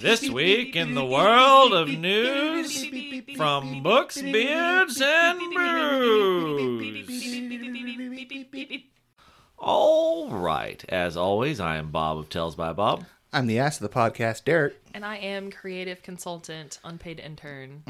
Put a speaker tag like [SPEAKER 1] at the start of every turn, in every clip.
[SPEAKER 1] This week in the world of news from books, beards, and brews. All right. As always, I am Bob of Tells by Bob.
[SPEAKER 2] I'm the ass of the podcast, Derek.
[SPEAKER 3] And I am creative consultant, unpaid intern,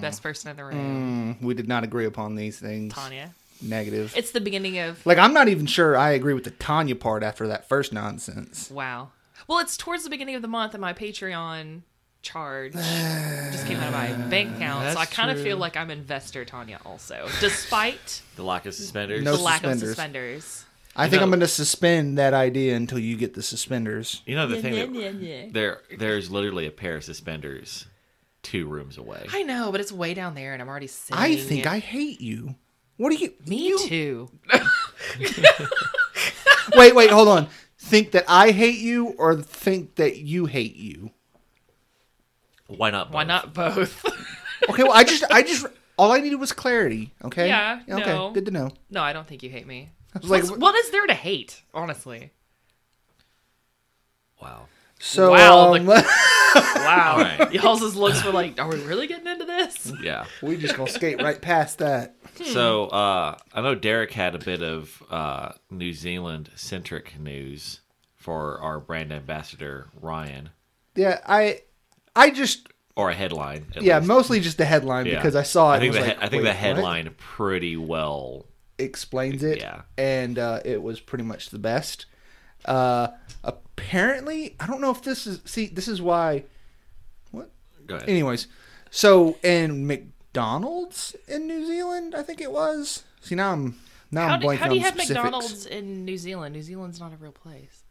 [SPEAKER 3] best person in the room,
[SPEAKER 2] Mm, We did not agree upon these things.
[SPEAKER 3] Tanya.
[SPEAKER 2] Negative.
[SPEAKER 3] It's the beginning of
[SPEAKER 2] Like, I'm not even sure I agree with the Tanya part after that first nonsense.
[SPEAKER 3] wow. Well, it's towards the beginning of the month, and my Patreon charge just came out of my bank account, so I
[SPEAKER 1] That's
[SPEAKER 3] kind of
[SPEAKER 1] true.
[SPEAKER 3] feel like I'm investor Tanya also, despite
[SPEAKER 1] The Lock of Suspenders.
[SPEAKER 2] No
[SPEAKER 3] the lack of
[SPEAKER 2] suspenders.
[SPEAKER 3] suspenders.
[SPEAKER 2] I think
[SPEAKER 1] know-
[SPEAKER 2] I'm going to suspend that idea until you get the suspenders.
[SPEAKER 1] You know the thing that there there's literally a pair of suspenders two rooms away.
[SPEAKER 3] I know, but it's way down there, and I'm already sitting.
[SPEAKER 2] I think I hate you. What do you.
[SPEAKER 3] Me
[SPEAKER 2] you-
[SPEAKER 3] too.
[SPEAKER 2] Wait, wait, hold on. Think that I hate you or think that you hate you?
[SPEAKER 1] Why not?
[SPEAKER 3] Why
[SPEAKER 1] both?
[SPEAKER 3] not both?
[SPEAKER 2] Okay, well, I just, I just, all I needed was clarity. Okay.
[SPEAKER 3] Yeah,
[SPEAKER 2] Okay.
[SPEAKER 3] no.
[SPEAKER 2] Good to know.
[SPEAKER 3] no, I don't think you hate me.
[SPEAKER 2] was like,
[SPEAKER 3] What's- what is there to hate, honestly?
[SPEAKER 1] Wow.
[SPEAKER 2] So,
[SPEAKER 3] Wow,
[SPEAKER 2] um,
[SPEAKER 3] Wow.
[SPEAKER 1] All right.
[SPEAKER 3] Y'all's just looks were like, are we really getting into this?
[SPEAKER 1] Yeah.
[SPEAKER 2] we just gonna skate right past that.
[SPEAKER 1] So uh, I know Derek had a bit of uh, New Zealand centric news for our brand ambassador Ryan,
[SPEAKER 2] Yeah, I, I just,
[SPEAKER 1] or a headline. at
[SPEAKER 2] yeah,
[SPEAKER 1] least.
[SPEAKER 2] mosely just the headline
[SPEAKER 1] Yeah.
[SPEAKER 2] because I saw it.
[SPEAKER 1] I think
[SPEAKER 2] and
[SPEAKER 1] the
[SPEAKER 2] was
[SPEAKER 1] he-
[SPEAKER 2] like,
[SPEAKER 1] I think the
[SPEAKER 2] "Wait, what?"
[SPEAKER 1] headline pretty well.
[SPEAKER 2] explains it.
[SPEAKER 1] Yeah.
[SPEAKER 2] And uh, it was pretty much the best. Uh, apparently, I don't know if this is. See, this is why. What?
[SPEAKER 1] Go ahead.
[SPEAKER 2] Anyways, so in McDonald's in New Zealand, I think it was. See, now I'm now
[SPEAKER 3] How
[SPEAKER 2] I'm
[SPEAKER 3] do,
[SPEAKER 2] blanking
[SPEAKER 3] how do you
[SPEAKER 2] on
[SPEAKER 3] have
[SPEAKER 2] specifics.
[SPEAKER 3] McDonald's in New Zealand? New Zealand's not a real place.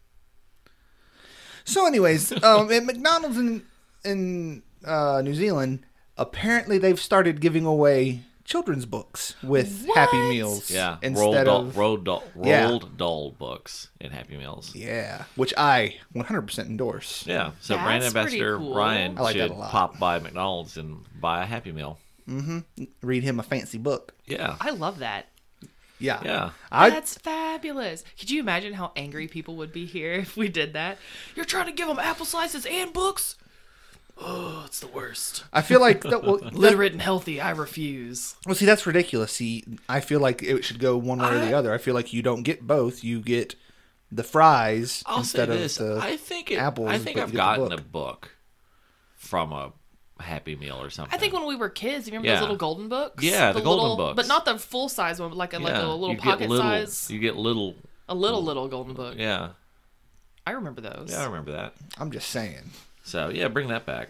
[SPEAKER 2] So, anyways, um, at McDonald's in in uh, New Zealand, apparently they've started giving away children's books with Happy
[SPEAKER 3] What?
[SPEAKER 2] Meals.
[SPEAKER 1] yeah, rolled
[SPEAKER 2] instead
[SPEAKER 1] doll,
[SPEAKER 2] of
[SPEAKER 1] rolled doll,
[SPEAKER 2] Yeah.
[SPEAKER 1] rolled doll books in Happy Meals.
[SPEAKER 2] yeah, which I 100% endorse.
[SPEAKER 1] Yeah, so brand
[SPEAKER 3] That's pretty
[SPEAKER 1] ambassador
[SPEAKER 3] cool.
[SPEAKER 1] Ryan
[SPEAKER 2] I like that
[SPEAKER 1] should
[SPEAKER 2] a lot.
[SPEAKER 1] pop by McDonald's and buy a Happy Meal.
[SPEAKER 2] Read him a fancy book.
[SPEAKER 1] Yeah,
[SPEAKER 3] I love that.
[SPEAKER 2] Yeah,
[SPEAKER 1] yeah.
[SPEAKER 2] I
[SPEAKER 3] That's fabulous. Could you imagine how angry people would be here if we did that? You're trying to give them apple slices and books? Oh, it's the worst.
[SPEAKER 2] I feel like that, well, that,
[SPEAKER 3] Literate and healthy, I refuse.
[SPEAKER 2] well, see that's ridiculous. See, I feel like it should go one way or the other. I feel like you don't get both. You get the fries
[SPEAKER 1] I'll
[SPEAKER 2] instead
[SPEAKER 1] say
[SPEAKER 2] of
[SPEAKER 1] this.
[SPEAKER 2] the
[SPEAKER 1] I think it,
[SPEAKER 2] apples,
[SPEAKER 1] I think
[SPEAKER 2] but you get
[SPEAKER 1] I've
[SPEAKER 2] the
[SPEAKER 1] gotten
[SPEAKER 2] book.
[SPEAKER 1] a book from a Happy Meal or something.
[SPEAKER 3] I think when we were kids, you remember
[SPEAKER 1] Yeah.
[SPEAKER 3] those little golden books?
[SPEAKER 1] Yeah, the golden
[SPEAKER 3] little,
[SPEAKER 1] books.
[SPEAKER 3] But not the full size one, but like a, like a little
[SPEAKER 1] you get
[SPEAKER 3] pocket
[SPEAKER 1] little,
[SPEAKER 3] size.
[SPEAKER 1] You get little.
[SPEAKER 3] A little, little golden book.
[SPEAKER 1] Yeah,
[SPEAKER 3] I remember those.
[SPEAKER 1] yeah, I remember that.
[SPEAKER 2] I'm just saying,
[SPEAKER 1] So yeah, bring that back.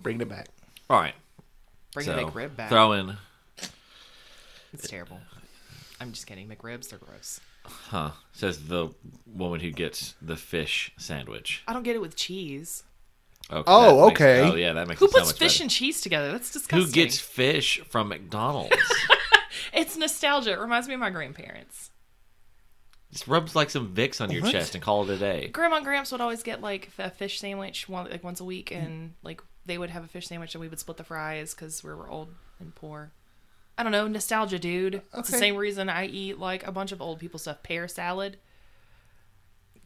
[SPEAKER 2] bring it back.
[SPEAKER 1] All right,
[SPEAKER 3] Bring
[SPEAKER 1] so
[SPEAKER 3] the McRib back.
[SPEAKER 1] Throw in,
[SPEAKER 3] It's terrible. I'm just kidding. McRibs, they're gross.
[SPEAKER 1] huh? Says the woman who gets the fish sandwich.
[SPEAKER 3] I don't get it with cheese.
[SPEAKER 1] Okay,
[SPEAKER 2] Oh,
[SPEAKER 1] that makes-
[SPEAKER 2] okay.
[SPEAKER 1] oh yeah, that makes
[SPEAKER 3] Who
[SPEAKER 1] it so
[SPEAKER 3] puts
[SPEAKER 1] much
[SPEAKER 3] fish
[SPEAKER 1] better.
[SPEAKER 3] and cheese together? That's disgusting.
[SPEAKER 1] Who gets fish from McDonald's?
[SPEAKER 3] It's nostalgia. It reminds me of my grandparents.
[SPEAKER 1] Just rubs like some Vicks on your
[SPEAKER 2] What?
[SPEAKER 1] chest and call it a day.
[SPEAKER 3] Grandma and Gramps would always get like a fish sandwich one, like once a week, and like they would have a fish sandwich, and we would split the fries because we were old and poor. I don't know, nostalgia, dude. It's the
[SPEAKER 2] Okay.
[SPEAKER 3] same reason I eat like a bunch of old people stuff. Pear salad.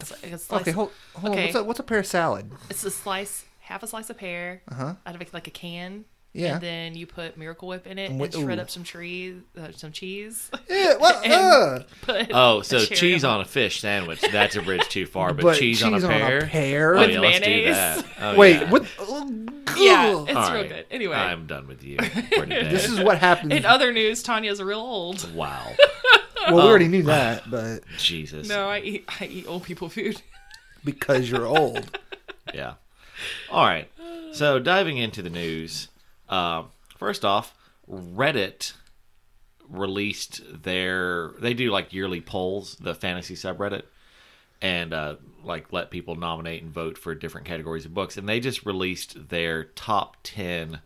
[SPEAKER 3] It's, like a slice-
[SPEAKER 2] Okay, hold, hold
[SPEAKER 3] Okay.
[SPEAKER 2] on. What's a, what's a pear salad?
[SPEAKER 3] It's a slice, half a slice of pear out of like a can.
[SPEAKER 2] Uh-huh. Yeah.
[SPEAKER 3] And then you put Miracle Whip in it
[SPEAKER 2] And
[SPEAKER 3] and,
[SPEAKER 2] what-
[SPEAKER 3] shred
[SPEAKER 2] ooh.
[SPEAKER 3] up some tree, uh, some cheese.
[SPEAKER 2] Yeah, what?
[SPEAKER 3] And-
[SPEAKER 2] uh.
[SPEAKER 3] Put
[SPEAKER 1] Oh, so
[SPEAKER 3] a cherry
[SPEAKER 1] cheese
[SPEAKER 3] on
[SPEAKER 1] on a fish sandwich. That's a bridge too far, but,
[SPEAKER 2] But
[SPEAKER 1] cheese, on a
[SPEAKER 2] cheese on a
[SPEAKER 1] pear.
[SPEAKER 2] pear?
[SPEAKER 1] Oh,
[SPEAKER 3] With
[SPEAKER 1] yeah,
[SPEAKER 3] mayonnaise.
[SPEAKER 1] Let's do that. Oh,
[SPEAKER 2] Wait,
[SPEAKER 1] yeah.
[SPEAKER 2] what? oh,
[SPEAKER 3] Yeah,
[SPEAKER 2] ugh.
[SPEAKER 3] it's
[SPEAKER 1] All
[SPEAKER 3] real
[SPEAKER 1] right.
[SPEAKER 3] good. Anyway,
[SPEAKER 1] I'm done with you for today.
[SPEAKER 2] this is what happens.
[SPEAKER 3] in other news, Tanya's real old.
[SPEAKER 1] wow.
[SPEAKER 2] well, we
[SPEAKER 1] oh.
[SPEAKER 2] already knew that, but
[SPEAKER 1] Jesus.
[SPEAKER 3] No, I eat I eat old people food.
[SPEAKER 2] because you're old.
[SPEAKER 1] Yeah. All right. So diving into the news. Uh, first off, Reddit released their they do like yearly polls, the fantasy subreddit, and uh, like let people nominate and vote for different categories of books, and they just released their top ten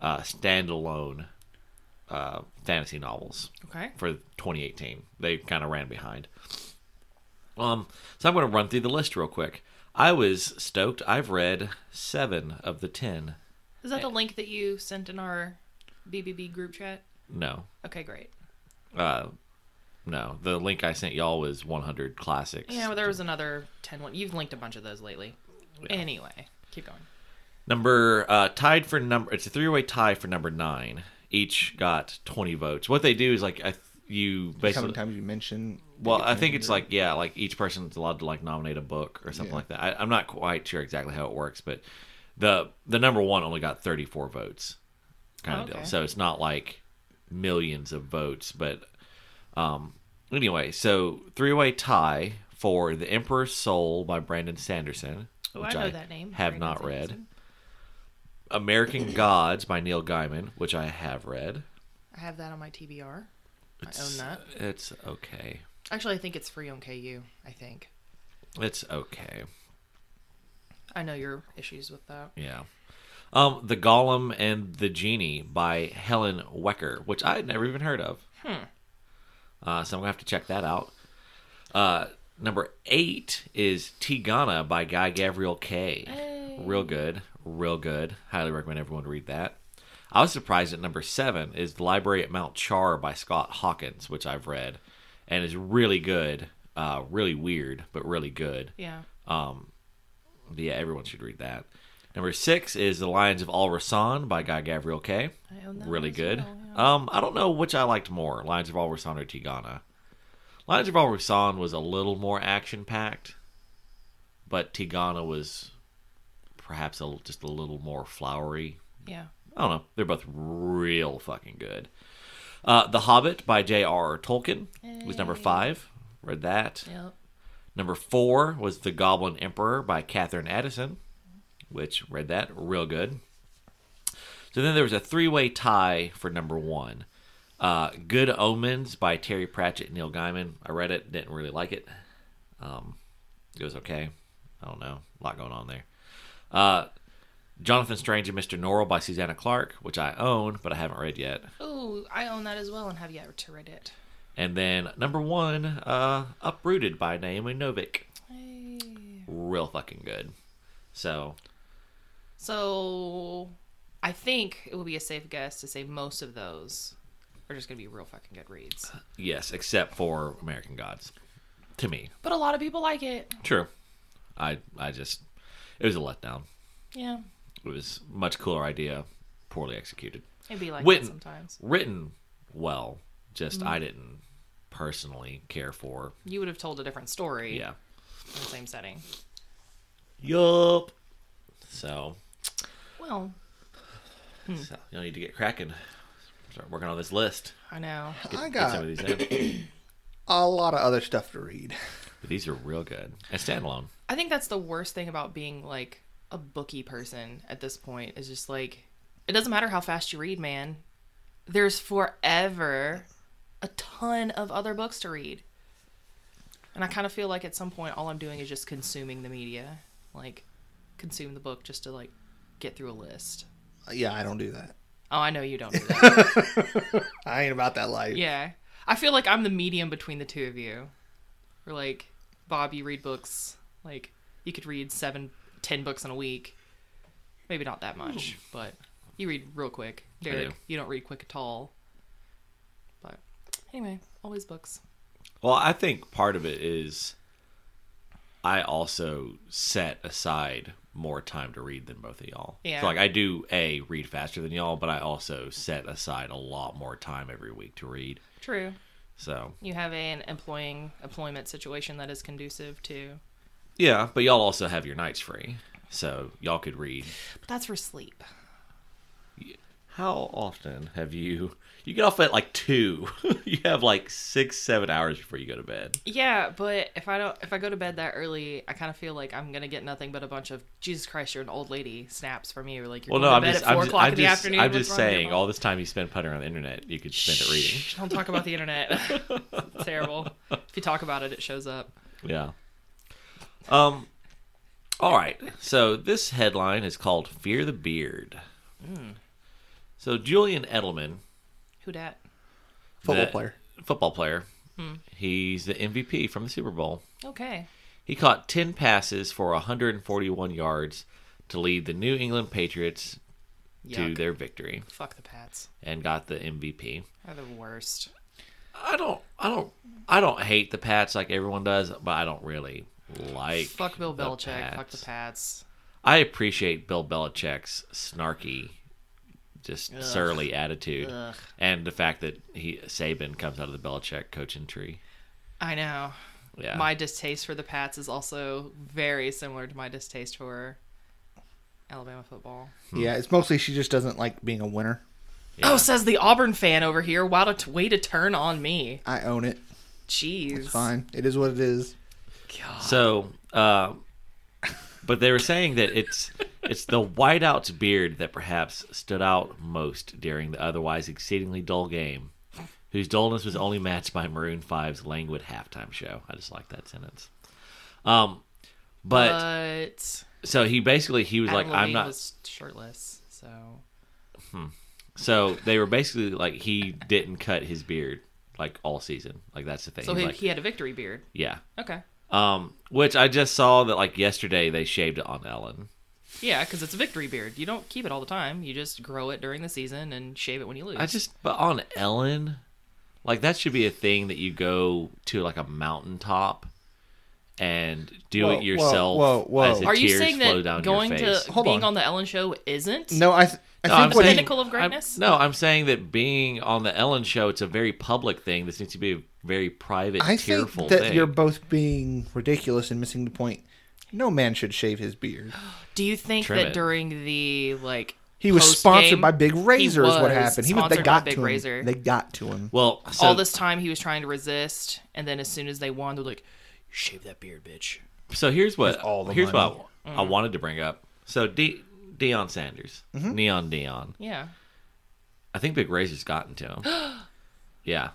[SPEAKER 1] uh, standalone uh, fantasy novels
[SPEAKER 3] Okay.
[SPEAKER 1] for 2018. They kind of ran behind. Um, so I'm going to run through the list real quick. I was stoked. I've read seven of the ten.
[SPEAKER 3] Is that the link that you sent in our BBB group chat?
[SPEAKER 1] No,
[SPEAKER 3] Okay, great.
[SPEAKER 1] uh, No, the link I sent y'all was 100 classics.
[SPEAKER 3] Yeah, well, there was another 10 one. You've linked a bunch of those lately. Anyway, keep going.
[SPEAKER 1] Number uh, tied for number. It's a three-way tie for number nine. Each got 20 votes. What they do is like I th- you
[SPEAKER 2] How many
[SPEAKER 1] basically.
[SPEAKER 2] times you mention?
[SPEAKER 1] Well, I think it's like yeah, like each person's allowed to like nominate a book or something
[SPEAKER 2] Yeah.
[SPEAKER 1] like that. I, I'm not quite sure exactly how it works, but the the number one only got 34 votes, kind
[SPEAKER 3] Oh,
[SPEAKER 1] of
[SPEAKER 3] okay.
[SPEAKER 1] deal. So it's not like millions of votes, but um, anyway, so three-way tie for "The Emperor's Soul" by Brandon Sanderson,
[SPEAKER 3] Oh,
[SPEAKER 1] which
[SPEAKER 3] I know
[SPEAKER 1] I
[SPEAKER 3] that name.
[SPEAKER 1] have
[SPEAKER 3] Brandon
[SPEAKER 1] not read.
[SPEAKER 3] Sanderson.
[SPEAKER 1] American Gods by Neil Gaiman, which I have
[SPEAKER 3] Oh,
[SPEAKER 1] read.
[SPEAKER 3] I have that on my TBR.
[SPEAKER 1] It's-
[SPEAKER 3] that.
[SPEAKER 1] It's okay.
[SPEAKER 3] Actually, I think it's free on KU, I think.
[SPEAKER 1] It's okay.
[SPEAKER 3] I know your issues with that.
[SPEAKER 1] Yeah. Um, The Golem and the Genie by Helen Wecker, which I had never even heard of. Hmm. Uh, so I'm gonna have to check that out. Uh, number eight is Tigana by Guy Gavriel K.
[SPEAKER 3] Hey.
[SPEAKER 1] Real good, real good. Highly recommend everyone read that. I was surprised at number seven is The Library at Mount Char by Scott Hawkins, which I've read and is really good. Uh, really weird, but really good.
[SPEAKER 3] Yeah.
[SPEAKER 1] Yeah, everyone should read that. Number six is The Lions of Al Rasan by Guy Gavriel K.
[SPEAKER 3] I own that
[SPEAKER 1] Really
[SPEAKER 3] one as
[SPEAKER 1] good.
[SPEAKER 3] well,
[SPEAKER 1] Um, I don't know which I liked more, Lions of Al Rasan or Tigana. Lions of Al Rasan was a little more action packed, but Tigana was perhaps a, just a little more flowery.
[SPEAKER 3] Yeah.
[SPEAKER 1] I don't know. They're both real fucking good. Uh, the Hobbit by J.R.R. Tolkien was number
[SPEAKER 3] Hey.
[SPEAKER 1] five. Read that.
[SPEAKER 3] Yep.
[SPEAKER 1] Number four was The Goblin Emperor by Catherine Addison, which read that real good. So then there was a three way tie for number one. Uh, good Omens by Terry Pratchett and Neil Gaiman. I read it, didn't really like it. Um, it was okay. I don't know. A lot going on there. Uh, Jonathan Strange and Mr. Norrell by Susanna Clark, which I own, but I haven't read yet.
[SPEAKER 3] Oh, I own that as well and have yet to read it.
[SPEAKER 1] And then number one, uh, Uprooted by Naomi Novik.
[SPEAKER 3] Hey.
[SPEAKER 1] real fucking good. So
[SPEAKER 3] So, I think it would be a safe guess to say most of those are just going to be real fucking good reads.
[SPEAKER 1] yes, except for American Gods, to me,
[SPEAKER 3] But a lot of people like it.
[SPEAKER 1] true. I I just it was a letdown.
[SPEAKER 3] Yeah.
[SPEAKER 1] It was a much cooler idea, poorly executed,
[SPEAKER 3] It'd be like
[SPEAKER 1] Witten.
[SPEAKER 3] that sometimes.
[SPEAKER 1] written well. Just I didn't personally care for.
[SPEAKER 3] You would have told a different story
[SPEAKER 1] Yeah.
[SPEAKER 3] in the same setting.
[SPEAKER 1] Yup. So,
[SPEAKER 3] Well,
[SPEAKER 1] so you need to get cracking. Start working on this list.
[SPEAKER 3] I know.
[SPEAKER 1] Get,
[SPEAKER 2] I
[SPEAKER 1] get
[SPEAKER 2] got-
[SPEAKER 1] some of these in.
[SPEAKER 2] A lot of other stuff to read.
[SPEAKER 1] But these are real good and standalone.
[SPEAKER 3] I think that's the worst thing about being like a bookie person at this point is just like it doesn't matter how fast you read, man. There's forever a ton of other books to read. And I kind of feel like at some point all I'm doing is just consuming the media, like consume the book just to like get through a list.
[SPEAKER 2] Yeah, I don't do that.
[SPEAKER 3] Oh, I know you don't do that.
[SPEAKER 2] I ain't about that life.
[SPEAKER 3] yeah. I feel like I'm the medium between the two of you. Or like Bob, you read books. Like you could read seven, ten books in a week. Maybe not that much, but you read real quick. Derek,
[SPEAKER 1] do.
[SPEAKER 3] you don't read quick at all. But anyway, always books.
[SPEAKER 1] Well, I think part of it is I also set aside more time to read than both of y'all.
[SPEAKER 3] Yeah.
[SPEAKER 1] So like I do a read faster than y'all, but I also set aside a lot more time every week to read.
[SPEAKER 3] True.
[SPEAKER 1] So
[SPEAKER 3] You have an employing employment situation that is conducive to.
[SPEAKER 1] yeah, but y'all also have your nights free, so y'all could read.
[SPEAKER 3] But that's for sleep.
[SPEAKER 1] How often have you? You get off at like two. you have like six, seven hours before you go to bed.
[SPEAKER 3] Yeah, but if I don't, if I go to bed that early, I kind of feel like I'm gonna get nothing but a bunch of Jesus Christ, you're an old lady snaps from you. Like you're
[SPEAKER 1] Well, no,
[SPEAKER 3] going to
[SPEAKER 1] I'm
[SPEAKER 3] bed
[SPEAKER 1] just,
[SPEAKER 3] at
[SPEAKER 1] I'm
[SPEAKER 3] four
[SPEAKER 1] just,
[SPEAKER 3] o'clock
[SPEAKER 1] I'm
[SPEAKER 3] in the
[SPEAKER 1] just,
[SPEAKER 3] afternoon.
[SPEAKER 1] I'm
[SPEAKER 3] What's
[SPEAKER 1] just
[SPEAKER 3] wrong with your
[SPEAKER 1] saying,
[SPEAKER 3] mom?
[SPEAKER 1] all this time you spend puttering on the internet, you could spend it reading.
[SPEAKER 3] Shh, Don't talk about the internet. it's terrible. If you talk about it, it shows up.
[SPEAKER 1] Yeah. Um. All right. So this headline is called "Fear the Beard."
[SPEAKER 3] Hmm.
[SPEAKER 1] So Julian Edelman,
[SPEAKER 3] Who dat?
[SPEAKER 2] Football
[SPEAKER 1] the
[SPEAKER 2] player.
[SPEAKER 1] football player,
[SPEAKER 3] Hmm.
[SPEAKER 1] he's the MVP from the Super Bowl.
[SPEAKER 3] Okay.
[SPEAKER 1] He caught ten passes for 141 yards to lead the New England Patriots to
[SPEAKER 3] Yuck.
[SPEAKER 1] their victory
[SPEAKER 3] Fuck the Pats.
[SPEAKER 1] and got the MVP.
[SPEAKER 3] They're the worst.
[SPEAKER 1] I don't, I don't, I don't hate the Pats like everyone does, but I don't really like.
[SPEAKER 3] Fuck Bill
[SPEAKER 1] the
[SPEAKER 3] Belichick. Fuck the
[SPEAKER 1] Pats.
[SPEAKER 3] Pats.
[SPEAKER 1] I appreciate Bill Belichick's snarky, just surly attitude,
[SPEAKER 3] Ugh.
[SPEAKER 1] and the fact that he Saban comes out of the Belichick coaching tree.
[SPEAKER 3] I know.
[SPEAKER 1] Yeah,
[SPEAKER 3] My distaste for the Pats is also very similar to my distaste for Alabama football.
[SPEAKER 2] Yeah, it's mostly she just doesn't like being a winner.
[SPEAKER 3] Oh, says the Auburn fan over here. Wow, a way to turn on me.
[SPEAKER 2] I own it.
[SPEAKER 3] Jeez.
[SPEAKER 2] It's fine. It is what it is.
[SPEAKER 3] God.
[SPEAKER 1] So, uh, but they were saying that it's it's the whiteout's beard that perhaps stood out most during the otherwise exceedingly dull game, whose dullness was only matched by Maroon 5's languid halftime show. I just like that sentence. Um, but
[SPEAKER 3] But
[SPEAKER 1] so he basically he was
[SPEAKER 3] Uh, Adam
[SPEAKER 1] like, I'm
[SPEAKER 3] Levine
[SPEAKER 1] not.
[SPEAKER 3] was shirtless, so
[SPEAKER 1] So they were basically like he didn't cut his beard like all season. Like that's the thing.
[SPEAKER 3] so
[SPEAKER 1] He's
[SPEAKER 3] he,
[SPEAKER 1] like,
[SPEAKER 3] he had a victory beard.
[SPEAKER 1] yeah.
[SPEAKER 3] Okay.
[SPEAKER 1] Um, which I just saw that like yesterday they shaved it on Ellen.
[SPEAKER 3] Yeah, because it's a victory beard. You don't keep it all the time. You just grow it during the season and shave it when you lose.
[SPEAKER 1] I just, but on Ellen, like that should be a thing that you go to like a mountaintop and do
[SPEAKER 2] Whoa,
[SPEAKER 1] it yourself.
[SPEAKER 2] whoa, whoa.
[SPEAKER 1] As the
[SPEAKER 3] Are you
[SPEAKER 1] tears
[SPEAKER 3] saying
[SPEAKER 1] flow
[SPEAKER 3] that
[SPEAKER 1] down
[SPEAKER 3] going
[SPEAKER 1] your
[SPEAKER 3] to
[SPEAKER 1] face.
[SPEAKER 2] Hold
[SPEAKER 3] being
[SPEAKER 2] on.
[SPEAKER 3] on. the Ellen show isn't?
[SPEAKER 2] No, I. Th- I
[SPEAKER 1] No,
[SPEAKER 2] think
[SPEAKER 1] I'm
[SPEAKER 2] what
[SPEAKER 1] saying-
[SPEAKER 2] she-
[SPEAKER 3] pinnacle of
[SPEAKER 1] I'm-
[SPEAKER 3] greatness?
[SPEAKER 1] no, I'm saying that being on the Ellen show, it's a very public thing. This needs to be a very private,
[SPEAKER 2] I think
[SPEAKER 1] tearful
[SPEAKER 2] that
[SPEAKER 1] thing.
[SPEAKER 2] you're both being ridiculous and missing the point. No man should shave his beard.
[SPEAKER 3] Do you think
[SPEAKER 1] Trim
[SPEAKER 3] that
[SPEAKER 1] it.
[SPEAKER 3] during the like
[SPEAKER 2] He was sponsored
[SPEAKER 3] post-game-
[SPEAKER 2] by Big Razor.
[SPEAKER 3] He
[SPEAKER 2] Is what happened. He was. They
[SPEAKER 3] sponsored by
[SPEAKER 2] got
[SPEAKER 3] Big
[SPEAKER 2] to him.
[SPEAKER 3] Razor.
[SPEAKER 2] They got to him.
[SPEAKER 1] well, so
[SPEAKER 3] All this time he was trying to resist, and then as soon as they won, they're like, "Shave that beard, bitch."
[SPEAKER 1] So here's what
[SPEAKER 2] all the
[SPEAKER 1] here's
[SPEAKER 2] money.
[SPEAKER 1] what I, I wanted to bring up. So De- Deion Sanders,
[SPEAKER 2] Mm-hmm.
[SPEAKER 1] Neon Dion.
[SPEAKER 3] Yeah.
[SPEAKER 1] I think Big Razor's gotten to him. yeah.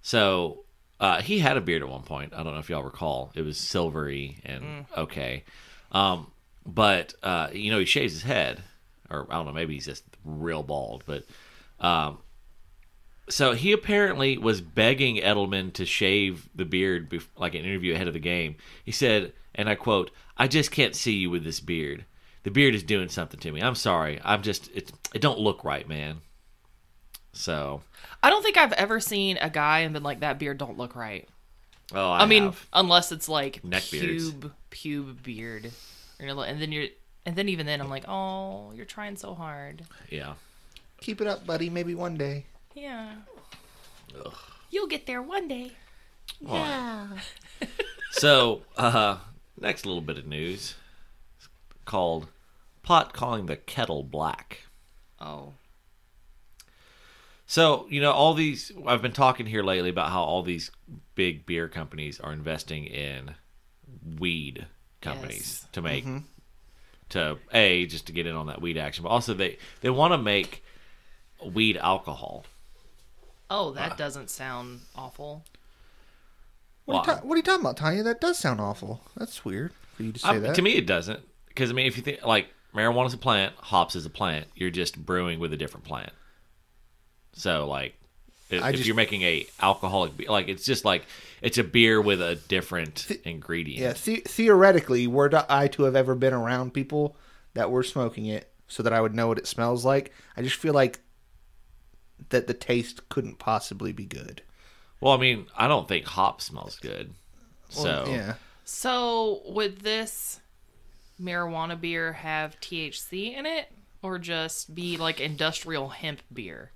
[SPEAKER 1] So uh, he had a beard at one point. I don't know if y'all recall. It was silvery and okay. Um, but uh, you know he shaves his head, or I don't know. Maybe he's just real bald. But um, so he apparently was begging Edelman to shave the beard, bef- like an interview ahead of the game. He said, and I quote, "I just can't see you with this beard. The beard is doing something to me. I'm sorry. I'm just it. It don't look right, man." So,
[SPEAKER 3] I don't think I've ever seen a guy and been like, "That beard don't look right."
[SPEAKER 1] oh, I,
[SPEAKER 3] I, mean,
[SPEAKER 1] have.
[SPEAKER 3] unless it's like
[SPEAKER 1] Neck beards.
[SPEAKER 3] pube pube beard, and, you're like- and then you're and then even then I'm like, "Oh, you're trying so hard."
[SPEAKER 1] yeah.
[SPEAKER 2] Keep it up, buddy. Maybe one day.
[SPEAKER 3] Yeah. You'll get there one day.
[SPEAKER 1] So, uh, next little bit of news It's called "Pot Calling the Kettle Black."
[SPEAKER 3] Oh.
[SPEAKER 1] So, you know, all these, I've been talking here lately about how all these big beer companies are investing in weed companies
[SPEAKER 3] Yes. Mm-hmm.
[SPEAKER 1] to make, to A, just to get in on that weed action, but also they, they want to make weed alcohol.
[SPEAKER 3] Oh,
[SPEAKER 1] Ah.
[SPEAKER 3] that doesn't sound awful.
[SPEAKER 2] What, are you
[SPEAKER 1] Well,
[SPEAKER 2] ta- what are you talking about, Tanya? That does sound awful. That's weird for you to say
[SPEAKER 1] I-
[SPEAKER 2] that.
[SPEAKER 1] Um, To me, it doesn't. Because, I mean, if you think, like, marijuana's a plant, hops is a plant, you're just brewing with a different plant. So, like, if,
[SPEAKER 2] I
[SPEAKER 1] if
[SPEAKER 2] just-
[SPEAKER 1] you're making a alcoholic, be- like, it's just like, it's a beer with a different ingredient.
[SPEAKER 2] yeah. The- theoretically, were to- I to have ever been around people that were smoking it, so that I would know what it smells like, I just feel like that the taste couldn't possibly be good.
[SPEAKER 1] Well, I mean, I don't think hop smells good. So
[SPEAKER 2] yeah.
[SPEAKER 3] So, would this marijuana beer have THC in it or just be like industrial hemp beer?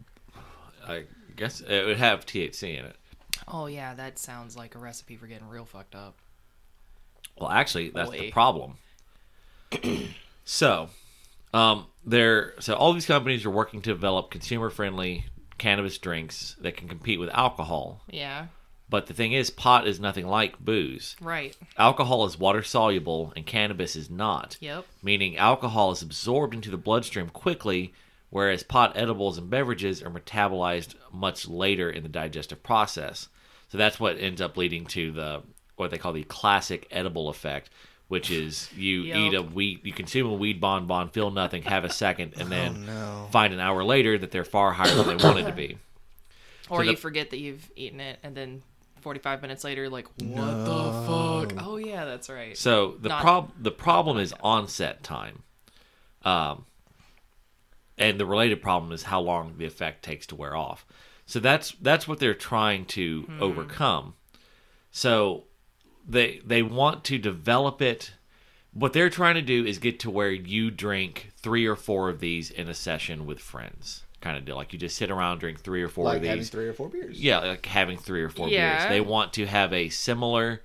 [SPEAKER 1] I guess it would have THC in it.
[SPEAKER 3] Oh, yeah, that sounds like a recipe for getting real fucked up.
[SPEAKER 1] Well, actually, that's the
[SPEAKER 3] Wait.
[SPEAKER 1] problem. so, um, they're so all these companies are working to develop consumer-friendly cannabis drinks that can compete with alcohol.
[SPEAKER 3] Yeah,
[SPEAKER 1] But the thing is, pot is nothing like booze.
[SPEAKER 3] right.
[SPEAKER 1] Alcohol is water soluble and cannabis is not.
[SPEAKER 3] Yep.
[SPEAKER 1] Meaning alcohol is absorbed into the bloodstream quickly, whereas pot edibles and beverages are metabolized much later in the digestive process. So that's what ends up leading to the what they call the classic edible effect, which is you
[SPEAKER 3] Yep.
[SPEAKER 1] eat a wheat, you consume a weed bonbon, feel nothing, have a second, and then
[SPEAKER 2] no.
[SPEAKER 1] find an hour later that they're far higher than they wanted to be.
[SPEAKER 3] Or
[SPEAKER 1] the-
[SPEAKER 3] you forget that you've eaten it and then 45 minutes later, like, what the fuck? Oh, yeah, that's right.
[SPEAKER 1] So the
[SPEAKER 3] Not-
[SPEAKER 1] prob the problem is onset time, um, and the related problem is how long the effect takes to wear off. So that's that's what they're trying to
[SPEAKER 3] Hmm.
[SPEAKER 1] overcome. So they they want to develop it. What they're trying to do is get to where you drink three or four of these in a session with friends, kind of deal. Like you just sit around, drink three or four
[SPEAKER 2] like
[SPEAKER 1] of these,
[SPEAKER 2] having three or four beers.
[SPEAKER 1] yeah, like having three or four
[SPEAKER 3] Yeah.
[SPEAKER 1] beers. They want to have a similar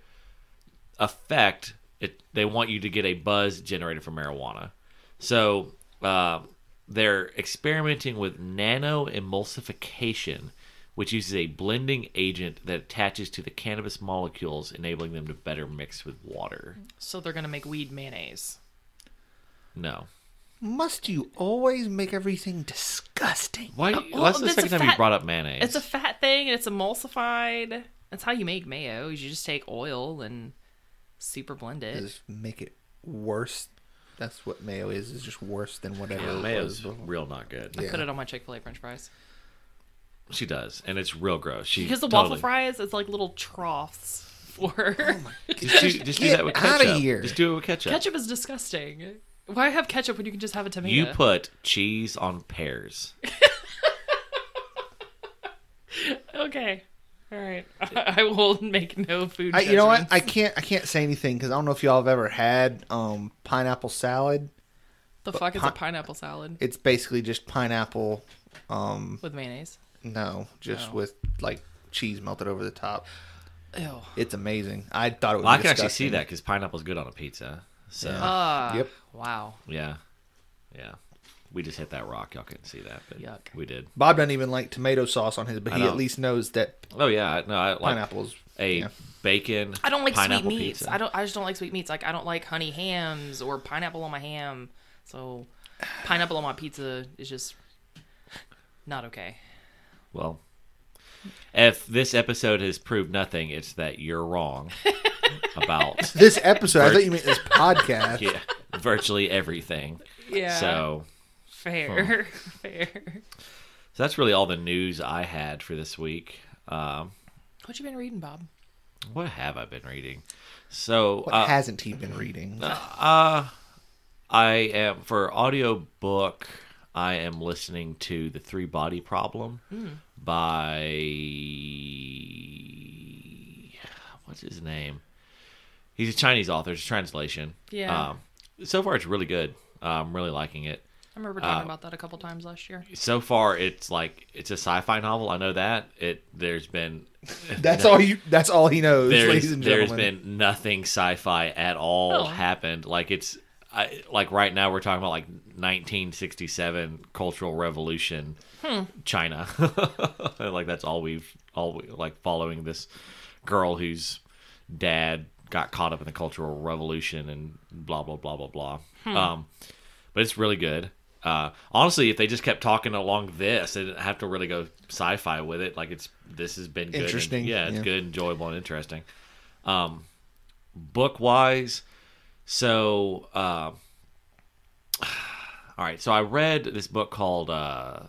[SPEAKER 1] effect. It, they want you to get a buzz generated from marijuana. So uh, they're experimenting with nano emulsification, which uses a blending agent that attaches to the cannabis molecules, enabling them to better mix with water.
[SPEAKER 3] So they're gonna make weed mayonnaise.
[SPEAKER 1] No.
[SPEAKER 2] Must you always make everything disgusting?
[SPEAKER 1] Why?
[SPEAKER 3] Uh, well,
[SPEAKER 1] well, that's the
[SPEAKER 3] it's a
[SPEAKER 1] second time you
[SPEAKER 3] fat-
[SPEAKER 1] brought up mayonnaise.
[SPEAKER 3] It's a fat thing and it's emulsified. That's how you make mayo. Is you just take oil and super blend it.
[SPEAKER 2] Just make it worse. That's what mayo is. Is just worse than whatever
[SPEAKER 1] Yeah,
[SPEAKER 2] it
[SPEAKER 1] mayo's
[SPEAKER 2] was.
[SPEAKER 1] real not good.
[SPEAKER 2] Yeah.
[SPEAKER 3] Put it on my Chick Fil A French fries
[SPEAKER 1] She does, and it's real gross. She
[SPEAKER 3] because the waffle
[SPEAKER 1] totally-
[SPEAKER 3] fries is like little troughs for
[SPEAKER 2] Oh
[SPEAKER 1] Just, do, just do
[SPEAKER 2] Get
[SPEAKER 1] that with
[SPEAKER 2] outta
[SPEAKER 1] ketchup.
[SPEAKER 2] here.
[SPEAKER 1] Just do it with ketchup.
[SPEAKER 3] ketchup. Is disgusting. Why have ketchup when you can just have a tomato?
[SPEAKER 1] You put cheese on pears.
[SPEAKER 3] okay. All right, I I will make no food.
[SPEAKER 2] I, you know what?
[SPEAKER 3] judgments.
[SPEAKER 2] I can't. I can't say anything because I don't know if y'all have ever had um, pineapple salad.
[SPEAKER 3] the fuck is
[SPEAKER 2] pi-
[SPEAKER 3] a pineapple salad
[SPEAKER 2] It's basically just pineapple. Um,
[SPEAKER 3] with mayonnaise?
[SPEAKER 2] no, just
[SPEAKER 3] No.
[SPEAKER 2] with like cheese melted over the top.
[SPEAKER 3] Ew.
[SPEAKER 2] It's amazing. I thought it was.
[SPEAKER 1] Well, I can
[SPEAKER 2] disgusting.
[SPEAKER 1] actually see that because pineapple's good on a pizza. So yeah.
[SPEAKER 3] Ah.
[SPEAKER 2] Yep.
[SPEAKER 3] Wow.
[SPEAKER 1] yeah, we just hit that rock. Y'all couldn't see that, but
[SPEAKER 3] Yuck.
[SPEAKER 1] we did.
[SPEAKER 2] Bob doesn't even like tomato sauce on his, but
[SPEAKER 1] I
[SPEAKER 2] he at
[SPEAKER 1] don't.
[SPEAKER 2] least knows that
[SPEAKER 1] Oh yeah, I- no, I like
[SPEAKER 2] pineapples.
[SPEAKER 1] a
[SPEAKER 2] yeah.
[SPEAKER 1] bacon.
[SPEAKER 3] I don't like sweet
[SPEAKER 1] pineapple
[SPEAKER 3] meats.
[SPEAKER 1] Pizza.
[SPEAKER 3] I don't. I just don't like sweet meats. Like I don't like honey hams or pineapple on my ham. So pineapple on my pizza is just not okay.
[SPEAKER 1] Well, if this episode has proved nothing, it's that you're wrong about
[SPEAKER 2] This episode, I thought you meant this podcast.
[SPEAKER 1] yeah, virtually everything.
[SPEAKER 3] Yeah.
[SPEAKER 1] So.
[SPEAKER 3] fair, fair.
[SPEAKER 1] So that's really all the news I had for this week. Um,
[SPEAKER 3] What you been reading, Bob?
[SPEAKER 1] what have I been reading? So
[SPEAKER 2] What
[SPEAKER 1] uh,
[SPEAKER 2] hasn't he been reading?
[SPEAKER 1] Uh, I am for audiobook. I am listening to The Three Body Problem by what's his name? He's a Chinese author. It's a translation.
[SPEAKER 3] Yeah.
[SPEAKER 1] Um, so far, it's really good. Uh, I'm really liking it.
[SPEAKER 3] I remember
[SPEAKER 1] Uh,
[SPEAKER 3] talking about that a couple times last year.
[SPEAKER 1] So far, it's like it's a sci-fi novel. I know that it. There's been
[SPEAKER 2] That's all you. That's all he knows,
[SPEAKER 1] there's,
[SPEAKER 2] ladies and
[SPEAKER 1] there's
[SPEAKER 2] gentlemen.
[SPEAKER 1] been nothing sci-fi at all
[SPEAKER 3] Oh.
[SPEAKER 1] happened like it's I, like right now we're talking about like 1967 cultural revolution china like that's all we've all we, like following this girl whose dad got caught up in the cultural revolution and blah blah blah blah blah um but it's really good uh, honestly, if they just kept talking along this, they didn't have to really go sci-fi with it. Like it's this has been good and-
[SPEAKER 2] Interesting,
[SPEAKER 1] yeah, it's
[SPEAKER 2] yeah.
[SPEAKER 1] good, enjoyable, and interesting. Um, book wise, so uh, all right. So I read this book called uh,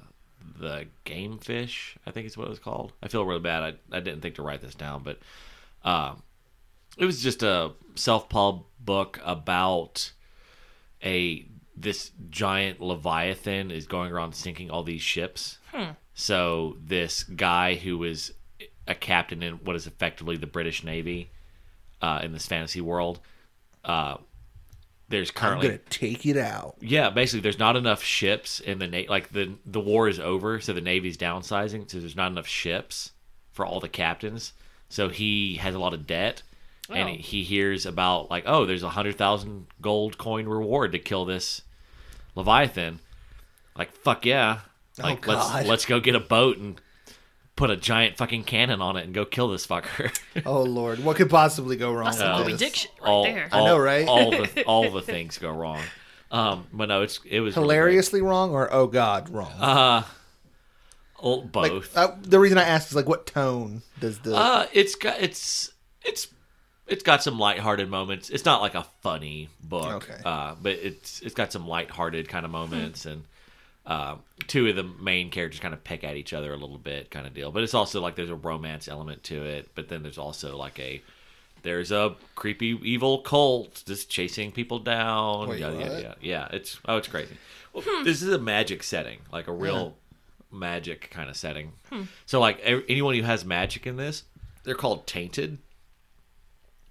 [SPEAKER 1] "The Game Fish." I think is what it was called. I feel really bad. I I didn't think to write this down, but it was just a self-pub book about a this giant leviathan is going around sinking all these ships so this guy who is a captain in what is effectively the british navy uh, in this fantasy world uh, there's
[SPEAKER 2] I'm
[SPEAKER 1] currently
[SPEAKER 2] gonna take it out.
[SPEAKER 1] yeah, basically, there's not enough ships in the na- like the the war is over, so the navy's downsizing, so there's not enough ships for all the captains. So he has a lot of debt, and
[SPEAKER 3] Oh.
[SPEAKER 1] he hears about like, oh, there's a hundred thousand gold coin reward to kill this leviathan. Like fuck yeah,
[SPEAKER 3] Oh,
[SPEAKER 1] like
[SPEAKER 2] God.
[SPEAKER 1] let's let's go get a boat and put a giant fucking cannon on it and go kill this fucker.
[SPEAKER 2] Oh Lord, what could possibly go wrong?
[SPEAKER 3] That's
[SPEAKER 2] with
[SPEAKER 3] some Moby
[SPEAKER 2] this?
[SPEAKER 3] Dick shit right
[SPEAKER 1] uh, all,
[SPEAKER 3] there.
[SPEAKER 1] all-
[SPEAKER 2] know, right?
[SPEAKER 1] all the all the things go wrong. Um, but no, it's it was really great.
[SPEAKER 2] Hilariously wrong, or oh God, wrong.
[SPEAKER 1] Oh, both.
[SPEAKER 2] like, uh, the reason I ask is like, what tone does the?
[SPEAKER 1] uh, it's got it's it's it's got some lighthearted moments. It's not like a funny book,
[SPEAKER 2] Okay.
[SPEAKER 1] uh, but it's it's got some lighthearted kind of moments, and uh, two of the main characters kind of peck at each other a little bit, kind of deal. But it's also like there's a romance element to it, but then there's also like a there's a creepy evil cult just chasing people down.
[SPEAKER 2] Wait,
[SPEAKER 1] yada, yada,
[SPEAKER 2] what?
[SPEAKER 1] yada. Yeah, it's oh, it's crazy. Well, this is a magic setting, like a real magic kind of setting. So like ev- anyone who has magic in this, they're called tainted,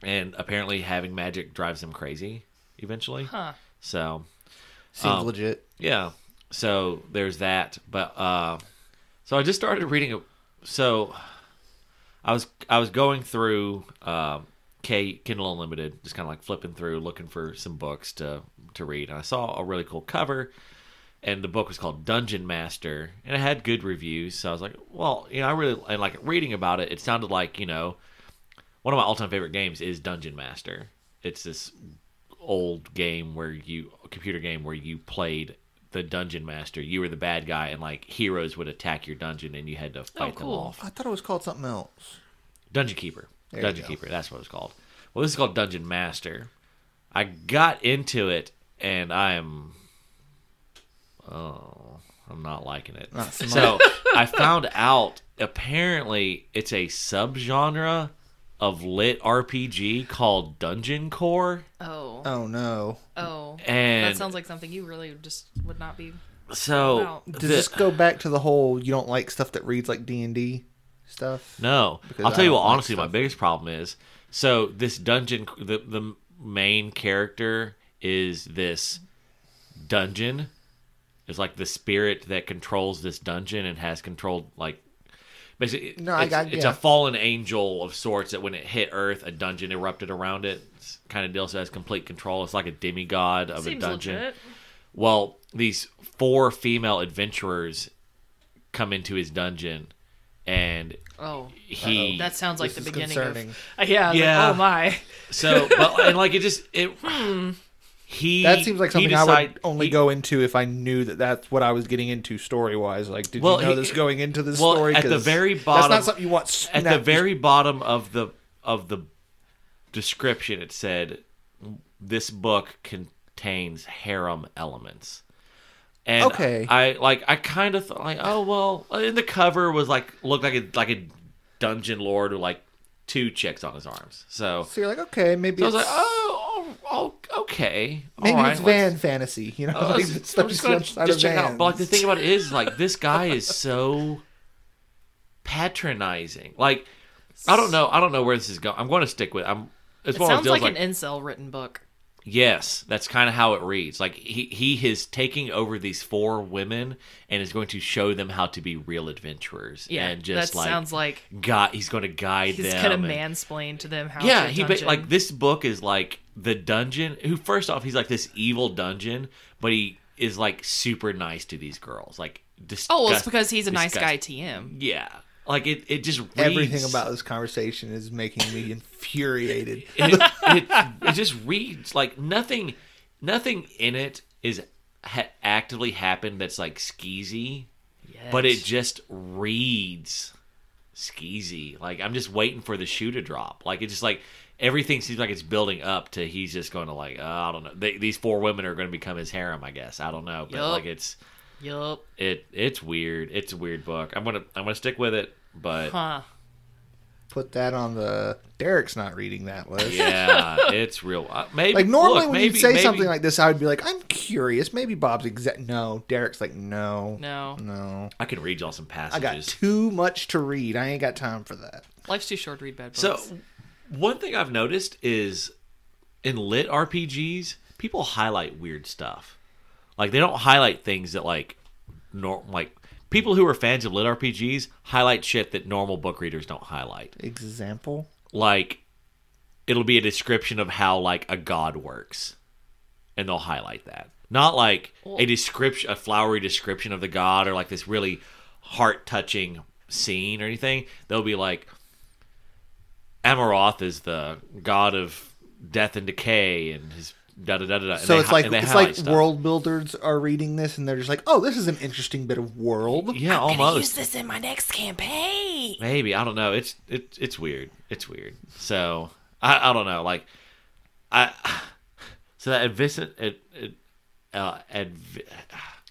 [SPEAKER 1] and apparently having magic drives them crazy eventually.
[SPEAKER 3] Huh.
[SPEAKER 1] So
[SPEAKER 2] Seems
[SPEAKER 1] Um,
[SPEAKER 2] legit.
[SPEAKER 1] yeah. So there's that. But uh so I just started reading a so I was I was going through um K Kindle Unlimited, just kinda like flipping through, looking for some books to to read. And I saw a really cool cover and the book was called Dungeon Master and it had good reviews. So I was like, well, you know, I really and like reading about it, it sounded like, you know, one of my all-time favorite games is Dungeon Master. It's this old game where you computer game where you played the dungeon master. You were the bad guy, and like heroes would attack your dungeon, and you had to fight
[SPEAKER 3] cool.
[SPEAKER 1] them off.
[SPEAKER 2] I thought it was called something else.
[SPEAKER 1] Dungeon Keeper,
[SPEAKER 2] There you
[SPEAKER 1] Dungeon
[SPEAKER 2] go.
[SPEAKER 1] Keeper. That's what it's called. Well, this is called Dungeon Master. I got into it, and I'm oh, I'm not liking it.
[SPEAKER 2] Not so
[SPEAKER 1] so I found out apparently it's a subgenre of lit RPG called Dungeon Core.
[SPEAKER 3] Oh.
[SPEAKER 2] Oh no!
[SPEAKER 3] Oh.
[SPEAKER 1] And
[SPEAKER 3] that sounds like something you really just would not be.
[SPEAKER 1] So
[SPEAKER 3] Wow.
[SPEAKER 2] Does
[SPEAKER 1] the-
[SPEAKER 2] this go back to the whole you don't like stuff that reads like D and D stuff?
[SPEAKER 1] no,
[SPEAKER 2] Because
[SPEAKER 1] I'll
[SPEAKER 2] I
[SPEAKER 1] tell you
[SPEAKER 2] don't
[SPEAKER 1] what.
[SPEAKER 2] like
[SPEAKER 1] Honestly, my
[SPEAKER 2] stuff.
[SPEAKER 1] biggest problem is so this dungeon. The the main character is this dungeon. It's like the spirit that controls this dungeon and has controlled like. Basically,
[SPEAKER 2] No, I
[SPEAKER 1] it's,
[SPEAKER 2] got-
[SPEAKER 1] it's
[SPEAKER 2] yeah.
[SPEAKER 1] a fallen angel of sorts that when it hit Earth, a dungeon erupted around it. It's kind of deal so it has complete control. It's like a demigod of a
[SPEAKER 3] Seems
[SPEAKER 1] dungeon.
[SPEAKER 3] legit.
[SPEAKER 1] Well, these four female adventurers come into his dungeon, and
[SPEAKER 3] Oh.
[SPEAKER 1] he
[SPEAKER 3] That sounds like
[SPEAKER 2] This
[SPEAKER 3] the
[SPEAKER 2] is
[SPEAKER 3] beginning
[SPEAKER 2] concerning.
[SPEAKER 3] of. Uh, yeah. I was like,
[SPEAKER 1] E Yeah.
[SPEAKER 3] oh my.
[SPEAKER 1] so but, and like it just it he
[SPEAKER 2] That seems like
[SPEAKER 1] he
[SPEAKER 2] something I
[SPEAKER 1] decide-
[SPEAKER 2] would only
[SPEAKER 1] he-
[SPEAKER 2] go into if I knew that that's what I was getting into story wise. Like, did
[SPEAKER 1] Well,
[SPEAKER 2] you know
[SPEAKER 1] he-
[SPEAKER 2] this going into this
[SPEAKER 1] well,
[SPEAKER 2] story?
[SPEAKER 1] at the
[SPEAKER 2] 'Cause
[SPEAKER 1] very
[SPEAKER 2] that's
[SPEAKER 1] bottom-
[SPEAKER 2] not something you want.
[SPEAKER 1] at the
[SPEAKER 2] snapped-
[SPEAKER 1] very bottom of the of the description. It said this book contains harem elements. And
[SPEAKER 2] Okay.
[SPEAKER 1] I like I kind of thought like oh well and the cover was like looked like a like a dungeon lord with like two chicks on his arms so
[SPEAKER 2] So you're like, okay, maybe
[SPEAKER 1] So I
[SPEAKER 2] it's,
[SPEAKER 1] was like, oh, oh, oh, okay.
[SPEAKER 2] maybe
[SPEAKER 1] All right,
[SPEAKER 2] it's
[SPEAKER 1] let's-
[SPEAKER 2] van fantasy. You know,
[SPEAKER 1] Oh,
[SPEAKER 2] like,
[SPEAKER 1] let's-
[SPEAKER 2] it's
[SPEAKER 1] I'm
[SPEAKER 2] like
[SPEAKER 1] just gonna
[SPEAKER 2] it's outside
[SPEAKER 1] just
[SPEAKER 2] of
[SPEAKER 1] check it out. But like the
[SPEAKER 2] vans.
[SPEAKER 1] thing about it is, like this guy is so patronizing. Like, I don't know. I don't know where this is going. I'm going to stick with. I'm. It's
[SPEAKER 3] It
[SPEAKER 1] one of those
[SPEAKER 3] sounds
[SPEAKER 1] deals
[SPEAKER 3] like,
[SPEAKER 1] like,
[SPEAKER 3] an incel written book.
[SPEAKER 1] yes, that's kind of how it reads. Like he he is taking over these four women and is going to show them how to be real adventurers.
[SPEAKER 3] Yeah.
[SPEAKER 1] and just
[SPEAKER 3] that
[SPEAKER 1] like
[SPEAKER 3] sounds like
[SPEAKER 1] God, he's going to guide
[SPEAKER 3] he's
[SPEAKER 1] them.
[SPEAKER 3] gonna
[SPEAKER 1] and-
[SPEAKER 3] mansplain to them how.
[SPEAKER 1] yeah
[SPEAKER 3] to
[SPEAKER 1] he ba-
[SPEAKER 3] dungeon.
[SPEAKER 1] like this book is like the dungeon who first off he's like this evil dungeon but he is like super nice to these girls like disgust-
[SPEAKER 3] Oh, well, it's because he's a nice guy.
[SPEAKER 1] disgust-
[SPEAKER 3] TM.
[SPEAKER 1] yeah like it, it just reads,
[SPEAKER 2] Everything about this conversation is making me infuriated.
[SPEAKER 1] it, it, it just reads like nothing nothing in it is ha- actively happened that's like skeezy but it just reads skeezy. Like I'm just waiting for the shoe to drop. Like it's just like everything seems like it's building up to he's just going to like uh, I don't know. They, these four women are going to become his harem, I guess. I don't know, but
[SPEAKER 3] Yup.
[SPEAKER 1] like it's
[SPEAKER 3] Yup.
[SPEAKER 1] it it's weird. It's a weird book. I'm gonna I'm gonna stick with it, but
[SPEAKER 3] Huh.
[SPEAKER 2] Put that on the Derek's not reading that list.
[SPEAKER 1] yeah, it's real. Uh, maybe
[SPEAKER 2] Like normally
[SPEAKER 1] look,
[SPEAKER 2] when
[SPEAKER 1] maybe,
[SPEAKER 2] you say
[SPEAKER 1] maybe-
[SPEAKER 2] something like this, I would be like, I'm curious. Maybe Bob's exact. No, Derek's like, no,
[SPEAKER 3] No.
[SPEAKER 2] no.
[SPEAKER 1] I can read y'all some
[SPEAKER 2] I
[SPEAKER 1] passages.
[SPEAKER 2] got too much to read. I ain't got time for that.
[SPEAKER 3] Life's too short to read bad books.
[SPEAKER 1] So, one thing I've noticed is in lit RPGs, people highlight weird stuff. Like they don't highlight things that like nor like people who are fans of lit RPGs highlight shit that normal book readers don't highlight.
[SPEAKER 2] Example.
[SPEAKER 1] Like it'll be a description of how like a god works and they'll highlight that. Not like a description a flowery description of the god or like this really heart-touching scene or anything. They'll be like Amaroth is the god of death and decay, and his da da da da. da. And
[SPEAKER 2] So
[SPEAKER 1] they
[SPEAKER 2] it's
[SPEAKER 1] hi-
[SPEAKER 2] like
[SPEAKER 1] and they
[SPEAKER 2] it's
[SPEAKER 1] highlight
[SPEAKER 2] like
[SPEAKER 1] stuff.
[SPEAKER 2] world builders are reading this and they're just like, oh, this is an interesting bit of world.
[SPEAKER 1] Yeah, almost.
[SPEAKER 3] this in my next campaign.
[SPEAKER 1] Maybe I don't know. It's it, it's weird. It's weird. So I, I don't know. Like I so that advisen- it, it, uh, adv-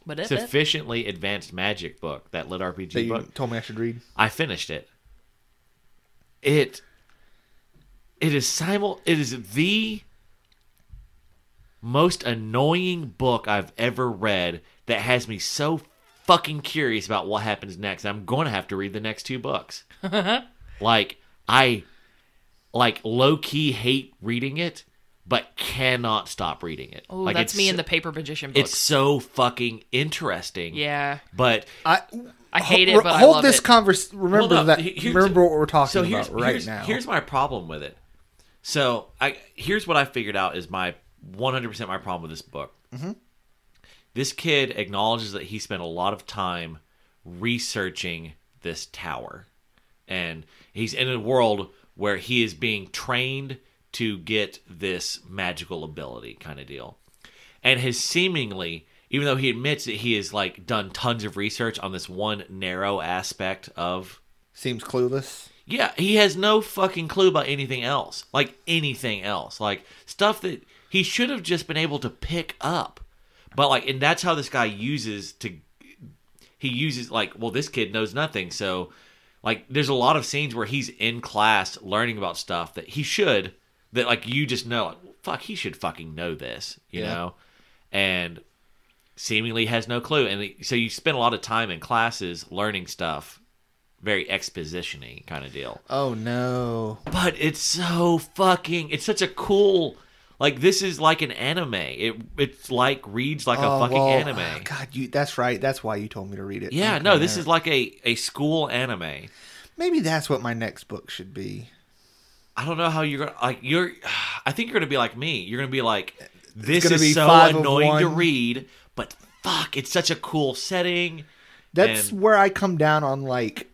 [SPEAKER 3] But it, it-
[SPEAKER 1] sufficiently advanced magic book that lit RPG
[SPEAKER 2] That you
[SPEAKER 1] book.
[SPEAKER 2] told me I should read.
[SPEAKER 1] I finished it. It it is simul it is the most annoying book I've ever read that has me so fucking curious about what happens next. I'm going to have to read the next two books. like I like low key hate reading it, but cannot stop reading it.
[SPEAKER 3] Oh,
[SPEAKER 1] like
[SPEAKER 3] that's
[SPEAKER 1] it's,
[SPEAKER 3] me in the paper magician books.
[SPEAKER 1] It's so fucking interesting.
[SPEAKER 3] yeah.
[SPEAKER 1] But
[SPEAKER 2] I,
[SPEAKER 3] I hate it,
[SPEAKER 2] Ho-
[SPEAKER 3] but I
[SPEAKER 2] hold
[SPEAKER 3] love
[SPEAKER 2] this
[SPEAKER 3] it.
[SPEAKER 2] conversation. Remember
[SPEAKER 1] Well, no,
[SPEAKER 2] that.
[SPEAKER 1] he- here's-
[SPEAKER 2] remember what we're talking
[SPEAKER 1] so here's,
[SPEAKER 2] about right
[SPEAKER 1] here's,
[SPEAKER 2] now.
[SPEAKER 1] Here's my problem with it. So I here's what I figured out is my 100% my problem with this book.
[SPEAKER 2] Mm-hmm.
[SPEAKER 1] This kid acknowledges that he spent a lot of time researching this tower, and he's in a world where he is being trained to get this magical ability kind of deal. And has seemingly, even though he admits that he has like done tons of research on this one narrow aspect of
[SPEAKER 2] Seems clueless.
[SPEAKER 1] yeah, he has no fucking clue about anything else. Like anything else. Like stuff that he should have just been able to pick up. But like and that's how this guy uses to he uses like, well, this kid knows nothing, so like there's a lot of scenes where he's in class learning about stuff that he should that like you just know like, fuck he should fucking know this, you
[SPEAKER 2] Yeah.
[SPEAKER 1] know? And seemingly has no clue. And it- so you spend a lot of time in classes learning stuff, very exposition-y kind of deal.
[SPEAKER 2] Oh no.
[SPEAKER 1] But it's so fucking. It's such a cool. Like this is like an anime. It it's like reads like
[SPEAKER 2] oh,
[SPEAKER 1] a fucking
[SPEAKER 2] well,
[SPEAKER 1] anime.
[SPEAKER 2] oh, God, you. That's right. That's why you told me to read it.
[SPEAKER 1] yeah,
[SPEAKER 2] Okay,
[SPEAKER 1] no, this
[SPEAKER 2] there.
[SPEAKER 1] is like a a school anime.
[SPEAKER 2] Maybe that's what my next book should be.
[SPEAKER 1] I don't know how you're gonna like you're. I think you're gonna be like me. You're gonna be like this
[SPEAKER 2] gonna
[SPEAKER 1] is
[SPEAKER 2] be
[SPEAKER 1] so
[SPEAKER 2] five of
[SPEAKER 1] annoying to
[SPEAKER 2] one.
[SPEAKER 1] read, but fuck, it's such a cool setting.
[SPEAKER 2] That's
[SPEAKER 1] And-
[SPEAKER 2] where I come down on like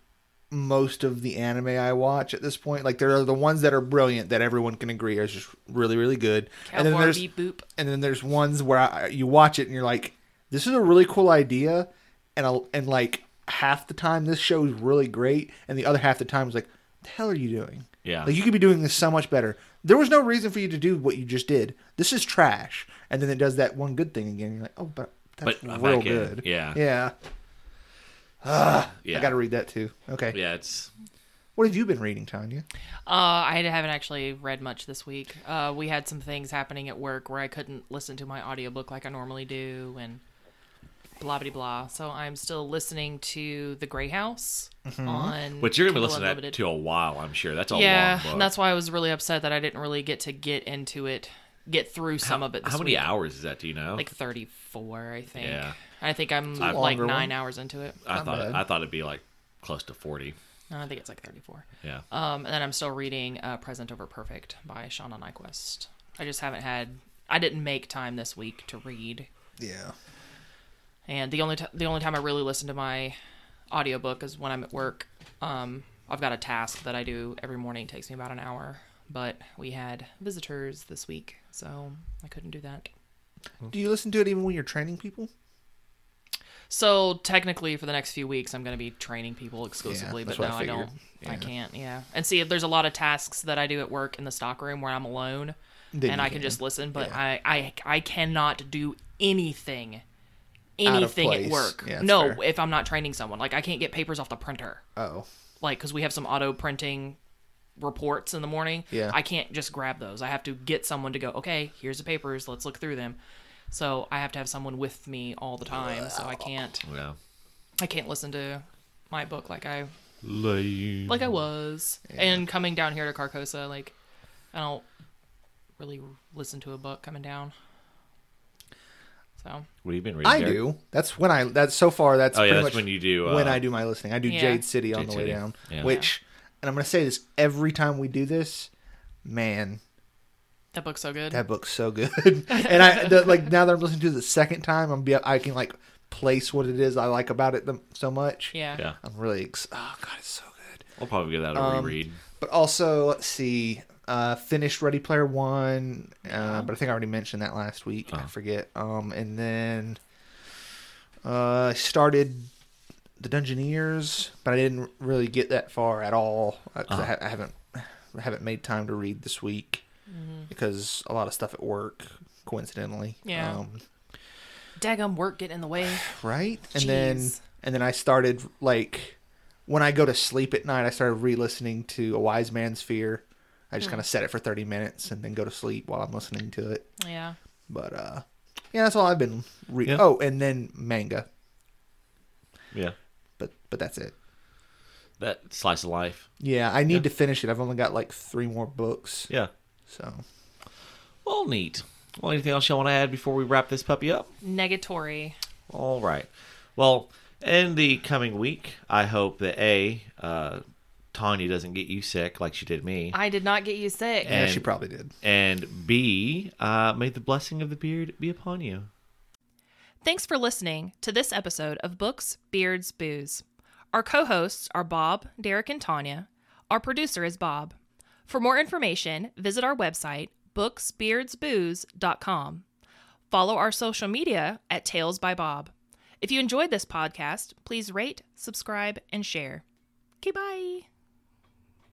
[SPEAKER 2] most of the anime I watch at this point. Like there are the ones that are brilliant that everyone can agree are just really really good, and then
[SPEAKER 3] Cowboy
[SPEAKER 2] there's
[SPEAKER 3] beep boop.
[SPEAKER 2] and then there's ones where I, you watch it and you're like, this is a really cool idea, and i and like half the time this show's really great, and the other half the time is like, the hell are you doing?
[SPEAKER 1] Yeah.
[SPEAKER 2] like you could be doing this so much better. There was no reason for you to do what you just did. This is trash, and then it does that one good thing again. You're like, oh, but that's
[SPEAKER 1] But I'm
[SPEAKER 2] real
[SPEAKER 1] back in.
[SPEAKER 2] good.
[SPEAKER 1] Yeah.
[SPEAKER 2] yeah.
[SPEAKER 1] Yeah,
[SPEAKER 2] I got to read that too. Okay.
[SPEAKER 1] yeah, it's
[SPEAKER 2] What have you been reading, Tanya?
[SPEAKER 3] Uh, I haven't actually read much this week. Uh, we had some things happening at work where I couldn't listen to my audiobook like I normally do, and blah blah blah. So I'm still listening to The Grey House on.
[SPEAKER 1] but Mm-hmm. you're gonna be
[SPEAKER 3] Kindle
[SPEAKER 1] listening to that
[SPEAKER 3] Unlimited.
[SPEAKER 1] to a while. I'm sure that's a
[SPEAKER 3] yeah,
[SPEAKER 1] long book.
[SPEAKER 3] and that's why I was really upset that I didn't really get to get into it, get through some of it. This
[SPEAKER 1] How many
[SPEAKER 3] week.
[SPEAKER 1] hours is that? Do you know?
[SPEAKER 3] Like 34, I think.
[SPEAKER 1] Yeah.
[SPEAKER 3] I think I'm
[SPEAKER 2] a
[SPEAKER 3] like
[SPEAKER 2] longer
[SPEAKER 3] nine
[SPEAKER 2] one.
[SPEAKER 3] hours into it.
[SPEAKER 1] I
[SPEAKER 2] Not
[SPEAKER 1] thought
[SPEAKER 2] bad.
[SPEAKER 1] I thought it'd be like close to forty.
[SPEAKER 3] No, I think it's like 34.
[SPEAKER 1] Yeah.
[SPEAKER 3] Um, and then I'm still reading uh, Present Over Perfect by Shauna Nyquist. I just haven't had. I didn't make time this week to read,
[SPEAKER 2] Yeah.
[SPEAKER 3] and the only t- the only time I really listen to my audiobook is when I'm at work. Um, I've got a task that I do every morning. It takes me about an hour, but we had visitors this week, so I couldn't do that.
[SPEAKER 2] Do you listen to it even when you're training people?
[SPEAKER 3] So technically, for the next few weeks, I'm going to be training people exclusively,
[SPEAKER 2] that's what
[SPEAKER 3] but no,
[SPEAKER 2] I
[SPEAKER 3] I, don't.
[SPEAKER 2] figured.
[SPEAKER 3] I
[SPEAKER 2] Yeah.
[SPEAKER 3] can't. Yeah, and see, there's a lot of tasks that I do at work in the stock room where I'm alone,
[SPEAKER 2] Then
[SPEAKER 3] and
[SPEAKER 2] you
[SPEAKER 3] I can
[SPEAKER 2] can.
[SPEAKER 3] just listen. But I, I, I cannot do anything, anything at
[SPEAKER 2] place.
[SPEAKER 3] work.
[SPEAKER 2] Yeah, that's
[SPEAKER 3] no,
[SPEAKER 2] fair.
[SPEAKER 3] if I'm not training someone, like I can't get papers off the printer,
[SPEAKER 2] Oh.
[SPEAKER 3] like because we have some auto printing reports in the morning.
[SPEAKER 2] Yeah.
[SPEAKER 3] I can't just grab those. I have to get someone to go. Okay, here's the papers. Let's look through them. So I have to have someone with me all the time. So I can't.
[SPEAKER 1] Yeah.
[SPEAKER 3] I can't listen to my book like I
[SPEAKER 1] Lame.
[SPEAKER 3] like I was. And coming down here to Carcosa, like I don't really listen to a book coming down. So
[SPEAKER 1] What have you been reading?
[SPEAKER 2] I
[SPEAKER 1] Derek?
[SPEAKER 2] do. That's when I. That's so far. That's
[SPEAKER 1] Oh yeah,
[SPEAKER 2] pretty
[SPEAKER 1] that's
[SPEAKER 2] much
[SPEAKER 1] when you do. Uh,
[SPEAKER 2] when I do my listening. I do
[SPEAKER 3] Yeah.
[SPEAKER 2] Jade City on
[SPEAKER 1] Jade
[SPEAKER 2] the way
[SPEAKER 1] City.
[SPEAKER 2] down,
[SPEAKER 1] Yeah.
[SPEAKER 2] which, and I'm gonna say this every time we do this, man,
[SPEAKER 3] that book's so good.
[SPEAKER 2] that book's so good. and I the, like now that I'm listening to it the second time, I'm be I can like place what it is I like about it the, so much.
[SPEAKER 3] yeah.
[SPEAKER 1] Yeah,
[SPEAKER 2] I'm really. Ex- oh God, it's so good.
[SPEAKER 1] I'll probably give that a
[SPEAKER 2] Um,
[SPEAKER 1] reread.
[SPEAKER 2] But also, let's see. Uh, finished Ready Player One, uh, but I think I already mentioned that last week. I
[SPEAKER 1] Oh.
[SPEAKER 2] forget. Um, and then uh, I started the Dungeoneers, but I didn't really get that far at all uh 'cause I, ha- I haven't I haven't made time to read this week because a lot of stuff at work, coincidentally.
[SPEAKER 3] Yeah.
[SPEAKER 2] Um,
[SPEAKER 3] Daggum work getting in the way.
[SPEAKER 2] right and then
[SPEAKER 3] Jeez.
[SPEAKER 2] and then i started like when i go to sleep at night i started re-listening to a wise man's fear i just kind of set it for 30 minutes and then go to sleep while i'm listening to it
[SPEAKER 3] Yeah.
[SPEAKER 2] but uh yeah that's all i've been re-
[SPEAKER 1] Yeah.
[SPEAKER 2] oh and then manga
[SPEAKER 1] Yeah.
[SPEAKER 2] But but that's it.
[SPEAKER 1] That slice of life.
[SPEAKER 2] Yeah, I need
[SPEAKER 1] Yeah.
[SPEAKER 2] to finish it. I've only got like three more books.
[SPEAKER 1] Yeah.
[SPEAKER 2] So
[SPEAKER 1] Well, neat. Well, anything else y'all want to add before we wrap this puppy up?
[SPEAKER 3] Negatory.
[SPEAKER 1] All right. Well, in the coming week, I hope that A, uh, Tanya doesn't get you sick like she did me.
[SPEAKER 3] I did not get you sick.
[SPEAKER 2] yeah,
[SPEAKER 1] And-
[SPEAKER 2] she probably did.
[SPEAKER 1] And B, uh, may the blessing of the beard be upon you.
[SPEAKER 3] Thanks for listening to this episode of Books, Beards, Booze. Our co hosts are Bob, Derek, and Tanya. Our producer is Bob. For more information, visit our website, booksbeardsbooze.com. Follow our social media at Tales by Bob. If you enjoyed this podcast, please rate, subscribe, and share. Okay, bye.